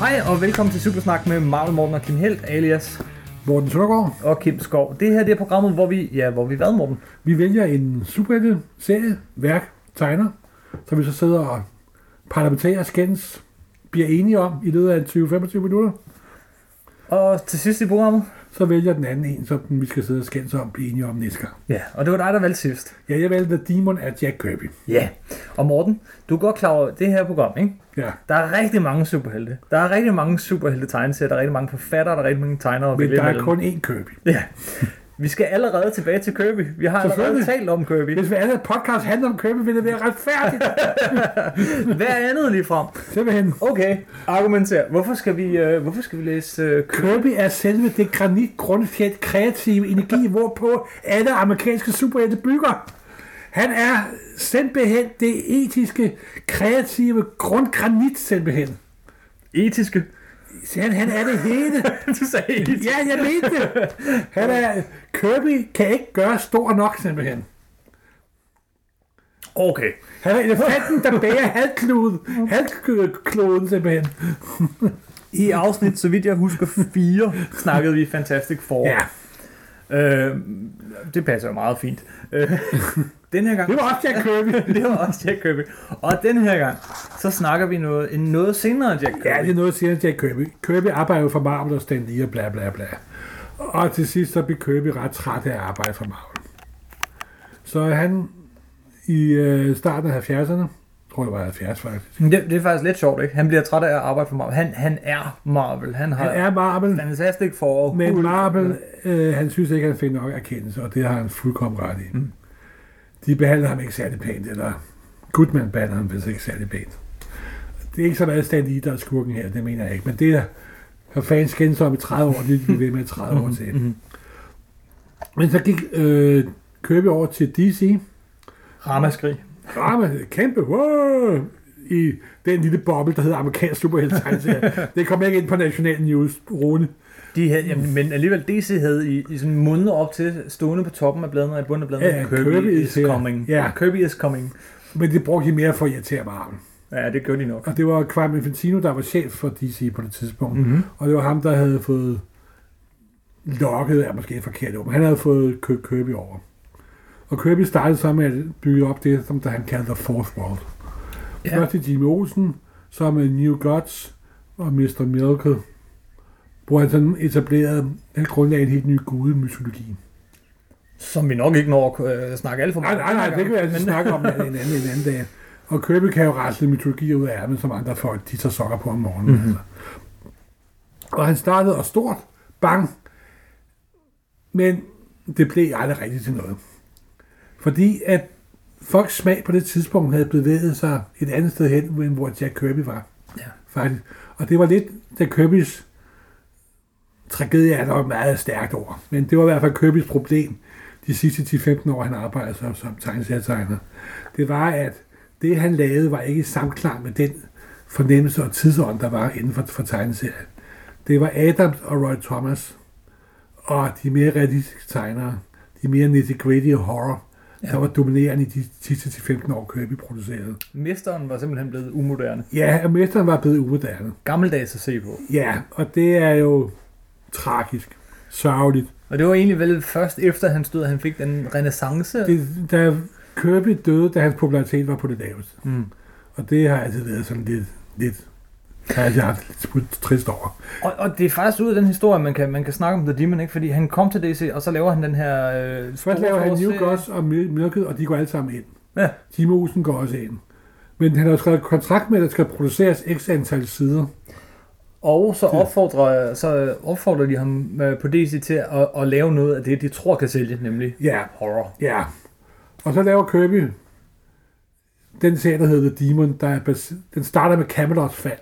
Hej og velkommen til Supersnak med Marvel Morten og Kim Helt, alias Morten Søgaard. og Kim Skov. Det her det er programmet, hvor vi... Ja, hvor vi hvad, Morten? Vi vælger en superhelte serie, værk, tegner, som vi så sidder og parlamenterer, skændes, bliver enige om i løbet af 20-25 minutter. Og til sidst i programmet... Så vælger den anden en, som den vi skal sidde og skændes om, blive enige om næste gang. Ja, og det var dig, der valgte sidst. Ja, jeg valgte The Demon af Jack Kirby. Ja. Og Morten, du er godt klar over det her program, ikke? Ja, Der er rigtig mange superhelte. Der er rigtig mange superhelte tegneserier, der er rigtig mange forfattere, der er rigtig mange tegnere. at men vælge der er imellem. kun én Kirby. Ja. Vi skal allerede tilbage til Kirby. Vi har allerede Selvfølgelig. talt om Kirby. Hvis alle podcast handler om Kirby, vil det være retfærdigt. Hvad andet lige frem? Simpelthen. Okay, argumenter. Hvorfor skal vi, øh, hvorfor skal vi læse øh, Kirby er selve det granit grundfjeld kreative energi, hvorpå alle amerikanske superhelte bygger. Han er simpelthen det etiske, kreative grundgranit simpelthen. etiske? Så Han, han er det hele. du sagde etiske. Ja, jeg mente det. Han er, Kirby kan ikke gøre stor nok simpelthen. Okay. Han er elefanten, der bærer halvkloden, halvkloden simpelthen. I afsnit, så vidt jeg husker, fire, snakkede vi Fantastic Four. Ja, Øh, det passer jo meget fint. Øh, den her gang... det var også Jack Kirby. det var også Jack Kirby. Og den her gang, så snakker vi noget, en noget senere Jack Kirby. Ja, det er noget, siger Jack Kirby. Kirby arbejder jo for Marvel og Stan Lee og bla bla bla. Og til sidst så blev Kirby ret træt af at arbejde for Marvel. Så han i øh, starten af 70'erne, tror jeg var 70 faktisk, Men Det, det er faktisk lidt sjovt, ikke? Han bliver træt af at arbejde for Marvel. Han, han er Marvel. Han har han er Marvel, Fantastic Four. men Hulk. Marvel, øh, han synes ikke, han fik nok erkendelse, og det har han fuldkommen ret i. De behandler ham ikke særlig pænt, eller Goodman behandler ham vist ikke særlig pænt. Det er ikke så meget Stan Lee, der er skurken her, det mener jeg ikke, men det er for fans kendt om i 30 år, det vil vi ved med i 30 år til. Mhm. Men så gik øh, Kirby over til DC. Ramaskrig. Drama, kæmpe, wow, i den lille boble, der hedder amerikansk superhelte Det kommer jeg ikke ind på national news, Rune. De havde, jamen, men alligevel DC havde i, i sådan måneder op til stående på toppen af bladene og i bunden af bladene. Ja, ja, Kirby is is here. coming. Ja. Kirby is coming. Men det brugte de mere for at irritere Marvel. Ja, det gør de nok. Og det var Kwame Infantino, der var chef for DC på det tidspunkt. Mm. Mm-hmm. Og det var ham, der havde fået lokket af måske et forkert ord, men han havde fået Kir- Kirby over. Og Kirby startede så med at bygge op det, som der han kaldte The Fourth World. Ja. Ja. Først til Jimmy Olsen, så med New Gods og Mr. Miracle, hvor han sådan etablerede, han grundlagde en helt ny gudemytologi. Som vi nok ikke når at øh, snakke alt for Nej, meget. nej, nej, det kan vi altså snakke om en anden, en anden dag. Og Kirby kan jo rasle mytologi ud af ærmen, som andre folk, de tager sokker på om morgenen. Mhm. Mm-hmm. Altså. Og han startede og stort, bang, men det blev aldrig rigtigt til noget. Fordi at folks smag på det tidspunkt havde bevæget sig et andet sted hen, end hvor Jack Kirby var. Ja. Faktisk. Og det var lidt Jack Kirbys tragedie er nok et meget stærkt ord, men det var i hvert fald Kirbys problem de sidste 10-15 år, han arbejdede som, som tegneserietegner. Det var, at det, han lavede, var ikke i samklang med den fornemmelse og tidsånd, der var inden for, for tegneserien. Det var Adams og Roy Thomas, og de mere realistiske tegnere, de mere nitty-gritty horror, ja. der var dominerende i de sidste 15 år, Kirby producerede. Mesteren var simpelthen blevet umoderne. Ja, og mesteren var blevet uuddannet. Gammeldags at se på. Ja, og det er jo tragisk, sørgeligt. Og det var egentlig vel først efter han stod, at han fik den renaissance. Det, da Kirby døde, da hans popularitet var på det laveste. Mm. Og det har altid været sådan lidt, lidt jeg har altid haft lidt sp- trist over. Og, og, det er faktisk ud af den historie, man kan, man kan snakke om The Demon, ikke? fordi han kom til DC, og så laver han den her... Øh, store Først laver han New forårsserie. Gods og Mil- Miracle, og de går alle sammen ind. Ja. Timo Olsen går også ind. Men han har jo skrevet kontrakt med, at der skal produceres x antal sider. Og så opfordrer, så opfordrer de ham øh, på DC til at, at, lave noget af det, de tror kan sælge, nemlig Ja, horror. ja. Og så laver Kirby den serie, der hedder The Demon, der er bas- den starter med Camelots fald.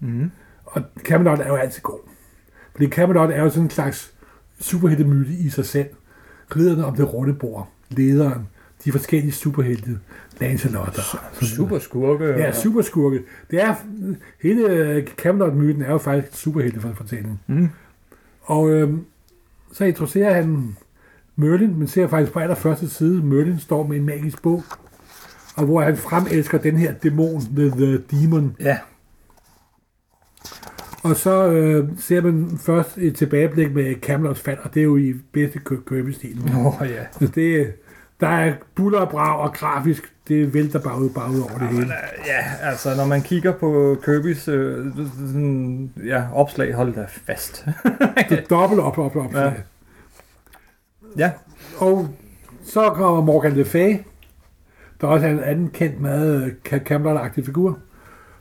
Mhm. Mm. Og Camelot er jo altid god. Fordi Camelot er jo sådan en slags superheltemyte i sig selv. Ridderne om det runde bord, lederen, de forskellige superhelte, Lancelot og Super skurke. Ja, superskurke. Det er, hele øh, Camelot-myten er jo faktisk superhelte for fortællingen. Mm. Og øhm, så introducerer han Merlin, men ser faktisk på allerførste side, Merlin står med en magisk bog, og hvor han fremelsker den her dæmon, The, the Demon, ja. Og så øh, ser man først et tilbageblik med Camelots fald, og det er jo i bedste kø- købestilen. Åh, oh, ja. Så det, der er buller og brag, og grafisk, det vælter bare ud, bare ud over det hele. Ja, altså, når man kigger på Kirby's øh, sådan, ja, opslag, hold da fast. Det er dobbelt op, op, op. Ja. Ja. ja, Og så kommer Morgan Le Fay, der også er en anden kendt, meget øh, Camelot-agtig figur.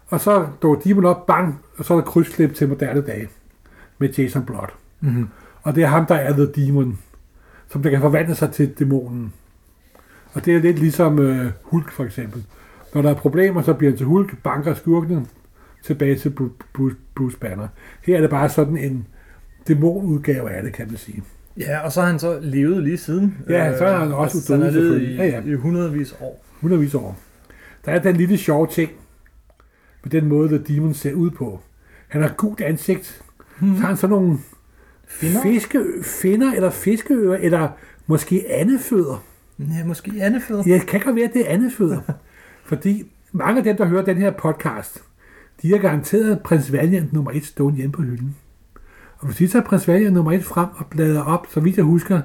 Og så dukker Demon op, bang, og så er der krydsklip til moderne dage med Jason Blot. Mhm. Og det er ham, der er The Demon, som der kan forvandle sig til dæmonen. Og det er lidt ligesom øh, Hulk for eksempel. Når der er problemer, så bliver han til Hulk, banker skurkene tilbage til Bru- Bruce- Bruce Banner. Her er det bare sådan en dæmonudgave af det, kan man sige. ja, og så har han så levet lige siden. Ja, så er han også altså, han udødelig, er levet i, selvfølgelig. Ja, i ja. hundredvis år. hundredvis af år. Der er den lille sjove ting med den måde, The Demon ser ud på. Han har gult ansigt. Hmm. Så har han sådan nogle Finder? fiske, finder eller fiskeører, eller måske andefødder. Ja, måske andefødder. Jeg kan godt være, at det er andefødder. Fordi mange af dem, der hører den her podcast, de har garanteret prins Valiant nummer 1 stående hjemme på hylden. Og hvis de tager prins Valiant nummer 1 frem og bladrer op, så vidt jeg husker,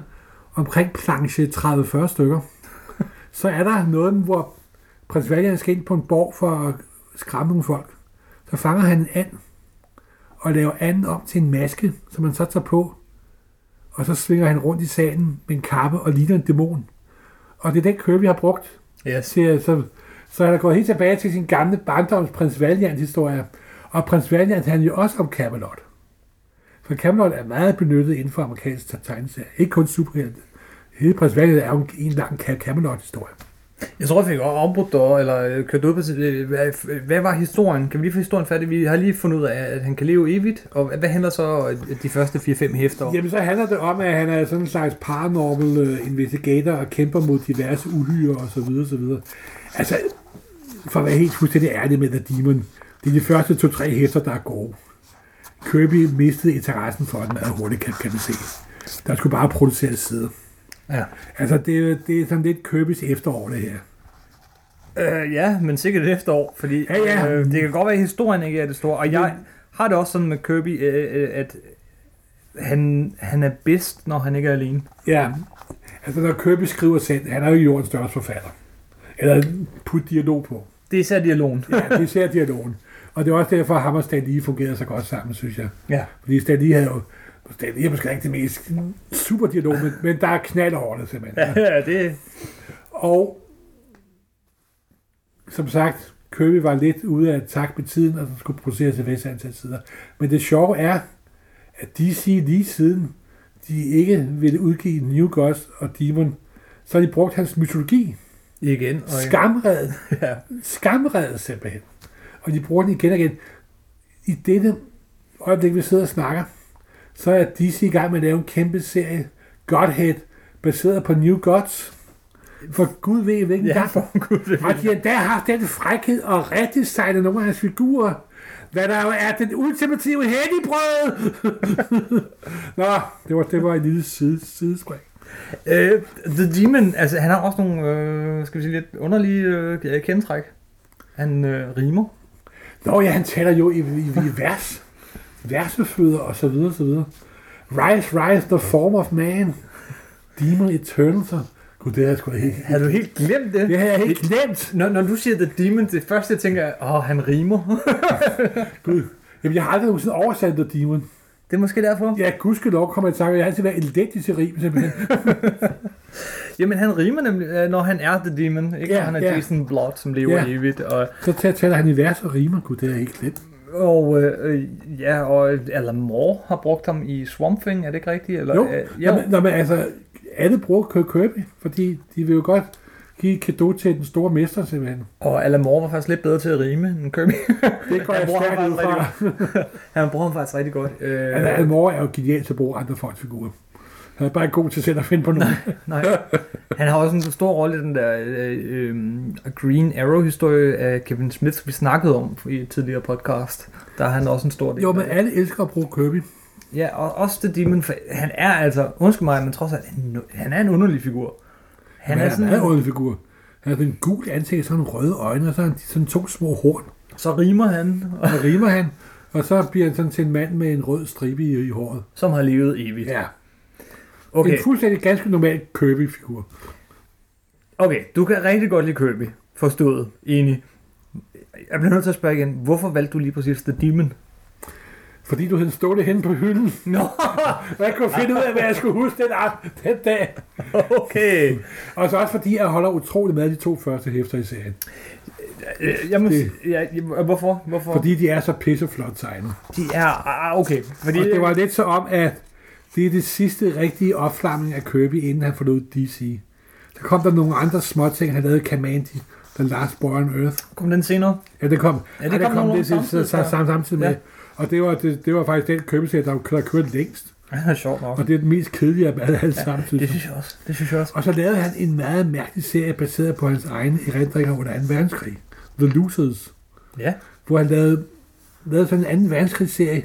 omkring planche 30-40 stykker, så er der noget, hvor prins Valiant skal ind på en borg for at skræmme nogle folk. Så fanger han en and, og laver anden om til en maske, som han så tager på, og så svinger han rundt i salen med en kappe og ligner en dæmon. Og det er den Kirby har brugt Yes. siger jeg, så, så han er gået helt tilbage til sin gamle barndoms prins Valiant historie. Og prins Valiant handler jo også om Camelot. For Camelot er meget benyttet inden for amerikansk tegneserie. Ikke kun superhelte. Hele prins Valiant er jo en- en lang Ca- Camelot-historie. Jeg tror, jeg fik afbrudt dig, eller øh, kørt ud på... øh, Hvad, hvad var historien? Kan vi lige få historien færdig? Vi har lige fundet ud af, at han kan leve evigt, og hvad handler så øh, de første 4-5 hæfter om? Jamen så handler det om, at han er sådan en slags paranormal øh, investigator og kæmper mod diverse uhyre og så videre, så videre. Altså, for at være helt fuldstændig ærlig med The Demon, det er de første to-tre hæfter, der er gode. Kirby mistede interessen for den meget hurtigt, kan, kan man se. Der skulle bare produceres sider. Ja. Altså, det, det er sådan lidt Kirby's efterår, det her. Øh, ja, men sikkert et efterår, fordi Ja, ja. Øh, det kan godt være, at historien ikke er det store. Og jeg har det også sådan med Kirby, øh, øh, at han, han er bedst, når han ikke er alene. Ja, altså når Kirby skriver selv, han er jo jordens største forfatter. Eller put dialog på. Det er især dialogen. Ja, det er især dialogen. Og det er også derfor, at ham og Stan Lee fungerede så godt sammen, synes jeg. Ja. Fordi Stan Lee havde jo... Stan Lee er måske ikke det mest super dialog, men, men der er knald over det simpelthen. Ja. ja, det... Og som sagt, Kirby var lidt ude af tak med tiden, og så skulle produceres et vist antal sider. Men det sjove er, at DC lige siden de ikke ville udgive New Gods og Demon, så har de brugt hans mytologi. Igen. Og igen. Skamred. Ja. Skamred simpelthen. Og de bruger den igen og igen. I dette øjeblik, vi sidder og snakker, så er DC i gang med at lave en kæmpe serie, Godhead, baseret på New Gods. For Gud ved hvilken Ja, gang. for gud. det- Og de har endda haft den frækhed og redesignet nogle af hans figurer. Hvad der jo er den ultimative heldigbrød. Nå, det var, det var en lille side, sidespring. Øh, The Demon, altså han har også nogle, øh, skal vi sige, lidt underlige øh, kendtræk. Han øh, rimer. Nå ja, han taler jo i, i, i vers. Versefødder og så videre, så videre. Rise, rise, the form of man. Demon eternal. Så. Gud, det har jeg sgu da helt... Har du helt glemt det? Det har jeg helt glemt. Når, når du siger The Demon, det første jeg tænker er, åh, han rimer. Gud. Jamen, jeg har aldrig nogensinde oversat The Demon. det er måske derfor. Ja, gudskelov kommer jeg i tanke. om, Jeg har altid været elendig til rim, simpelthen. Jamen, han rimer nemlig, øh, når han er The Demon, ikke? Ja, Yeah, han er ja. yeah. Jason Blood, som lever Ja. yeah. evigt, og, Så tæ- taler han i vers og rimer. Gud, det har jeg helt glemt. og øh, øh, ja, og Alan Moore har brugt ham i Swamp Thing, er det ikke rigtigt? Eller, Jo, øh, jo. Nå, men altså, alle bruger Kirk Kirby, fordi de vil jo godt give et cadeau til den store mester, simpelthen. og Alan Moore var faktisk lidt bedre til at rime end Kirby. Det går Han jeg bruger stærkt ham ud rigtig fra. han bruger ham faktisk rigtig godt. Øh, Altså, Almore er jo genial til at bruge andre folks figurer. Han er bare god til selv at finde på nogen. nej. Han har også en stor rolle i den der øh, øh, Green Arrow-historie af Kevin Smith, som vi snakkede om i et tidligere podcast. Der er han også en stor del Jo, af. men alle elsker at bruge Kirby. Ja, og også The Demon, for han er altså, undskyld mig, men trods alt, han, han er en underlig figur. Han er en meget sådan, underlig figur. Han har sådan en gul ansigt, sådan røde øjne, og så har han sådan to små horn. så rimer han. Og så rimer han, Og så bliver han sådan til en mand med en rød stribe i, i håret. som har levet evigt. Ja. Okay. Okay, En fuldstændig ganske normal Kirby-figur. okay, du kan rigtig godt lide Kirby. Forstået. Enig. Jeg bliver nødt til at spørge igen. Hvorfor valgte du lige præcis The Demon? Fordi du havde stået det henne på hylden, Nå, og jeg kunne finde ud af, hvad jeg skulle huske den, aften, den dag. okay. Og så også fordi, jeg holder utrolig meget af de to første hæfter i serien. Øh, Jeg må, Det- s- ja, jeg- hvorfor? Hvorfor? Fordi de er så pisseflot tegnet. de er... Ah, okay. Fordi, Og det var lidt så om, at det er det sidste rigtige opflamning af Kirby, inden han forlod DC. Der kom der nogle andre småting, han lavede Kamandi, The Last Boy on Earth. Kom den senere? Ja, det kom, Ja, det kom nogle det samtidig, samtidig, ja. samtidig, samtidig med. Ja. Ja. Og det var, det, det var faktisk den købeserie, der, der kørte længst. Ja, det er sjovt nok. Og det er den mest kedelige af alle ja, samtidig. Det synes jeg også. Det synes jeg også. Og så lavede han en meget mærkelig serie, baseret på hans egne erindringer under 2. verdenskrig. The Losers. Ja. hvor han lavede, lavede sådan en anden verdenskrigsserie,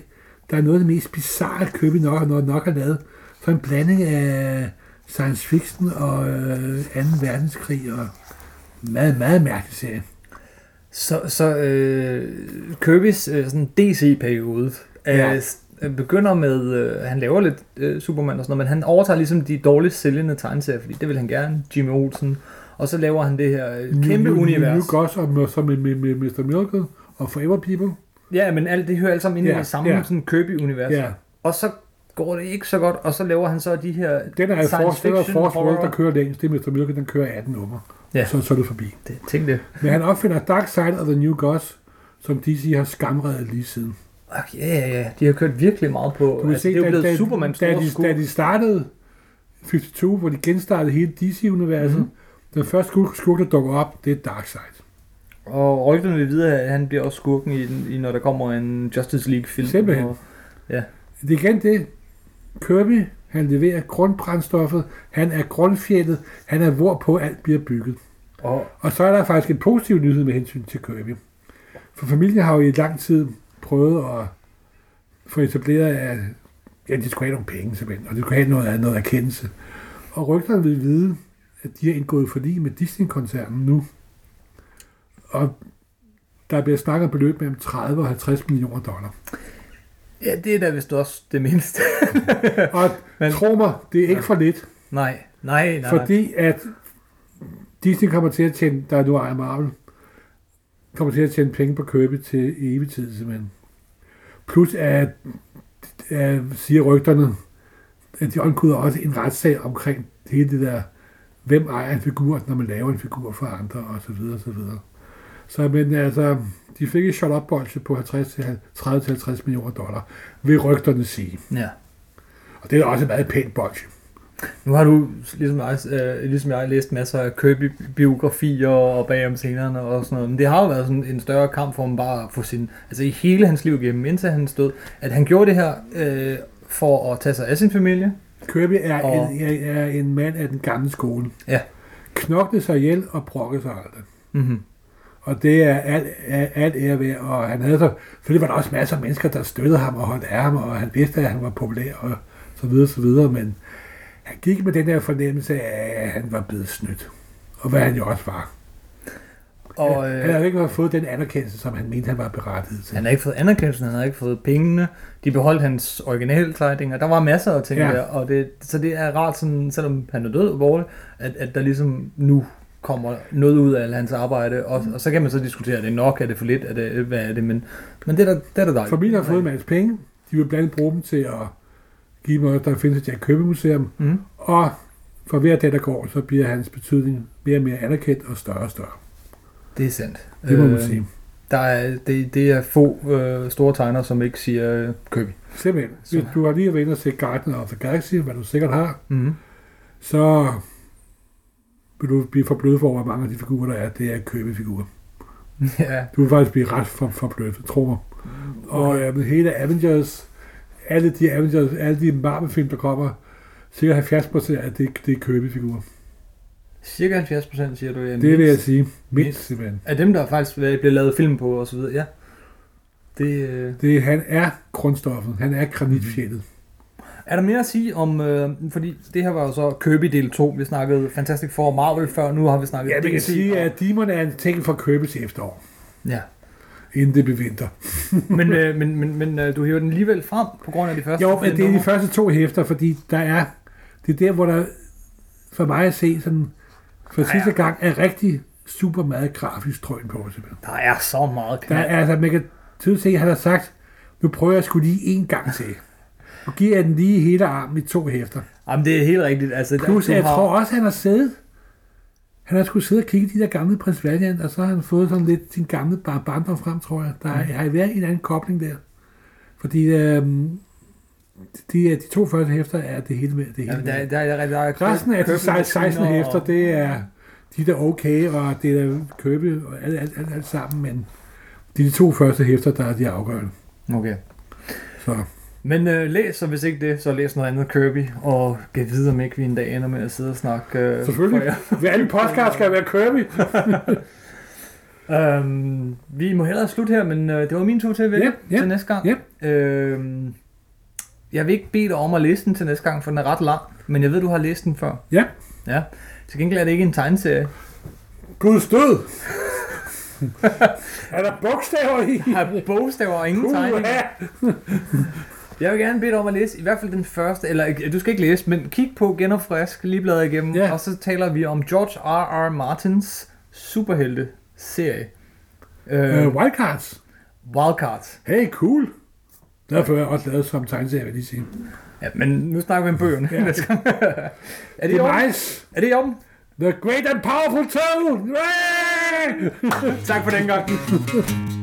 der er noget af det mest bizarre Kirby nok, nok, nok har lavet. Så en blanding af science fiction og øh, anden verdenskrig og meget, meget mærkelig serie. Så, så øh, Kirby's øh, sådan DC-periode øh, Ja. s- øh, begynder med, øh, han laver lidt øh, Superman og sådan noget, men han overtager ligesom de dårligst sælgende tegneserier, fordi det vil han gerne, Jimmy Olsen. Og så laver han det her øh, kæmpe New- New- univers. New Gods og med, så med, med, med Mr. Miracle og Forever People. Ja, men alt det hører alt sammen ind i Ja, det samme ja. sådan Kirby-univers. Ja, Og så går det ikke så godt, og så laver han så de her... den er Science Force, den er fiction, Force World, horror. der kører længst. Det er Mr. Miracle, den kører 18 nummer. Ja. Så, så er det forbi. Det, tænk det. Men han opfinder Dark Side of the New Gods, som DC har skamredet lige siden. Okay, ja, ja, ja. De har kørt virkelig meget på... altså, Du kan se, det er jo da, blevet da, Supermans da, store de, da skud. de startede 52, hvor de genstartede hele DC-universet, Mhm. mm-hmm. den første skurk, skurk, der dukker op, det er Darkseid. Og rygterne vil vide, at han bliver også skurken, i, den- i, når der kommer en Justice League-film. Simpelthen. Og, Det er igen det, Kirby, han leverer grundbrændstoffet, han er grundfjellet, han er hvorpå alt bliver bygget. og Og så er der faktisk en positiv nyhed med hensyn til Kirby. For familien har jo i lang tid prøvet at få etableret, at ja, de skulle have nogle penge, simpelthen, og de skulle have noget, noget erkendelse. Og rygterne vil vide, at de har indgået forlig med Disney-koncernen nu. Og der bliver snakket om beløb mellem 30 og 50 millioner dollar. ja, det er da vist også det mindste. Og Men- tro mig, det er ikke for lidt, nej, nej, nej. fordi at Disney kommer til at tjene, der nu ejer Marvel, kommer til at tjene penge på købe til evig tid, simpelthen. Plus at, at siger rygterne, at de omkuder også en retssag omkring hele det der, hvem ejer en figur, når man laver en figur for andre, og så videre, og så videre. Så men altså, de fik et shot up bolse på 30-50 millioner dollar, vil rygterne sige. Ja. Og det er også et meget pænt bolse. Nu har du, ligesom jeg, øh, ligesom jeg, læst masser af Kirby-biografier og bag om scenerne og sådan noget, men det har jo været sådan en større kamp for ham bare at få sin, altså i hele hans liv gennem, indtil han stod, at han gjorde det her øh, for at tage sig af sin familie. Kirby er, Og- og... en, er, er en mand af den gamle skole. Ja. Knokte sig ihjel og brokkede sig aldrig. Mm-hmm. Og det er alt, alt, alt ære værd. Og han havde så, selvfølgelig var der også masser af mennesker, der støttede ham og holdt af ham, og han vidste, at han var populær og så videre, så videre. Men han gik med den der fornemmelse af, at han var blevet snydt. Og hvad han jo også var. Og, han øh, havde jo ikke fået den anerkendelse, som han mente, han var berettiget til. Han har ikke fået anerkendelsen, han har ikke fået pengene. De beholdt hans originaltegninger. Der var masser af ting ja. Ja. der, og det, så det er rart, sådan, selvom han er død alvorligt, at, at der ligesom nu kommer noget ud af hans arbejde, og, og så kan man så diskutere, er det nok, er det for lidt, er det, hvad er det, men, men det er da, det er da dejligt. Familien har fået en masse penge. De vil blandt andet bruge dem til at give dem, der findes et Jack Kirby Museum, Mm. Og for hver dag, der går, så bliver hans betydning mere og mere anerkendt og større og større. Det er sandt. Øh, Det må man sige. Der er, det, det er få øh, store tegnere, som ikke siger øh, Kirby. Simpelthen. så- Hvis du har lige været inde og set Guardian of the Galaxy, hvad du sikkert har, Mm. så vil du blive forblødt for, hvor mange af de figurer, der er. Det er købefigurer. ja. Du vil faktisk blive ret for, forblødt, tro mig. Mm. Og øh, hele Avengers, alle de Avengers, alle de Marvel-film, der kommer, cirka 70 procent af det, det er købefigurer. Cirka 70% siger du, ja, Det vil jeg sige. Mindst. Mindst, simpelthen. Af dem, der faktisk bliver lavet film på og så videre, ja. Det, øh, Det, han er grundstoffet. Han er granitfjellet. Er der mere at sige om, øh, fordi det her var jo så Kirby del 2, vi snakkede Fantastic Four og Marvel før, nu har vi snakket Ja, vi kan DC. sige, at Demon er en ting for købes efterår. Ja, inden det blev vinter. men, øh, men, men, men øh, du hæver den alligevel frem på grund af de første Jo, fem men det er de numre. første to hæfter, fordi der er, det er der, hvor der for mig at se sådan, for Ja, ja. sidste gang er rigtig super meget grafisk drøn på. Simpelthen. Der er så meget Der knald. er, altså, man kan tydeligt se, at han har sagt, nu prøver jeg sgu lige en gang til. Og giver jeg den lige hele armen i to hæfter. Jamen, det er helt rigtigt. Altså, Plus, du jeg har- tror også, han har siddet, han har skulle sidde og kigge i de der gamle prins Valiant, og så har han fået sådan lidt sin gamle bar- barndom frem, tror jeg. Der mm. har været en anden kobling der. Fordi øhm, de, de to første hæfter er det hele med. Det hele Jamen, med. der, der, der, der, der Resten af de Kirby 16, 16 Maskiner hæfter, og- det er de der okay, og det er købe og alt, alt, alt, alt sammen, men det er de to første hæfter, der er de afgørende. Okay. Så Men øh, læs, så hvis ikke det, så læs noget andet Kirby, og giv videre, om ikke vi en dag ender med at sidde og snakke. Øh, selvfølgelig, for hver anden podcast skal være Kirby. jer. Øhm, vi må hellere slutte her, men øh, det var min tur til at vælge Ja, ja, til næste gang. ja. Øhm, jeg vil ikke bede dig om at læse den til næste gang, for den er ret lang, men jeg ved, du har læst den før. Ja. Ja. Til gengæld er det ikke en tegneserie. Gud stød! er der bogstaver i? Har bogstaver og ingen tegninger. Uha! Jeg vil gerne bede dig om at læse i hvert fald den første, eller ikke- du skal ikke læse, men kig på genopfrisk, lige bladret igennem, Ja. og så taler vi om George R. R. Martins superhelte-serie. Øh, Øh, wildcards. Wildcards. Hey, cool. Derfor har jeg også lavet som tegneserie, vil jeg lige sige. Ja, men nu snakker vi om bøgerne. Ja. Ja. er det, Det i er orden? nice. Er det i orden? The great and powerful toad! Yeah! Tak for den gang.